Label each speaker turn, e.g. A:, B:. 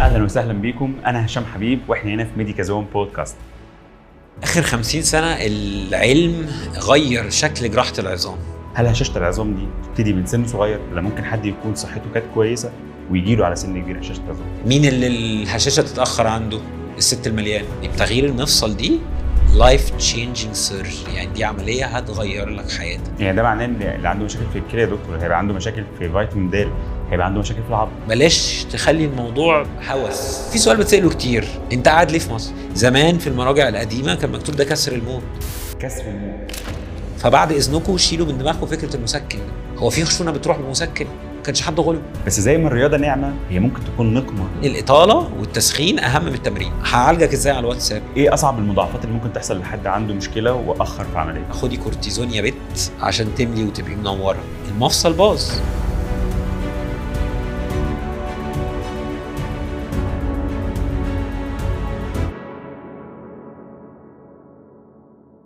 A: اهلا وسهلا بيكم انا هشام حبيب واحنا هنا في ميديكا زون بودكاست
B: اخر 50 سنه العلم غير شكل جراحه العظام
A: هل هشاشه العظام دي تبتدي من سن صغير ولا ممكن حد يكون صحته كانت كويسه ويجي له على سن كبير هشاشه عظام
B: مين اللي الهشاشه تتاخر عنده الست المليان بتغيير المفصل دي لايف تشينجينج سيرجري يعني دي عمليه هتغير لك حياتك
A: يعني ده معناه ان اللي عنده مشاكل في الكلى يا دكتور هيبقى عنده مشاكل في فيتامين د هيبقى عنده مشاكل في العظم
B: بلاش تخلي الموضوع هوس في سؤال بتساله كتير انت قاعد ليه في مصر زمان في المراجع القديمه كان مكتوب ده كسر الموت
A: كسر الموت
B: فبعد اذنكم شيلوا من دماغكم فكره المسكن هو في خشونه بتروح بالمسكن ما كانش حد غلب
A: بس زي ما الرياضه نعمه هي ممكن تكون نقمه
B: الاطاله والتسخين اهم من التمرين هعالجك ازاي على الواتساب
A: ايه اصعب المضاعفات اللي ممكن تحصل لحد عنده مشكله واخر في عمليه
B: خدي كورتيزون يا بت عشان تملي وتبقي منوره المفصل باظ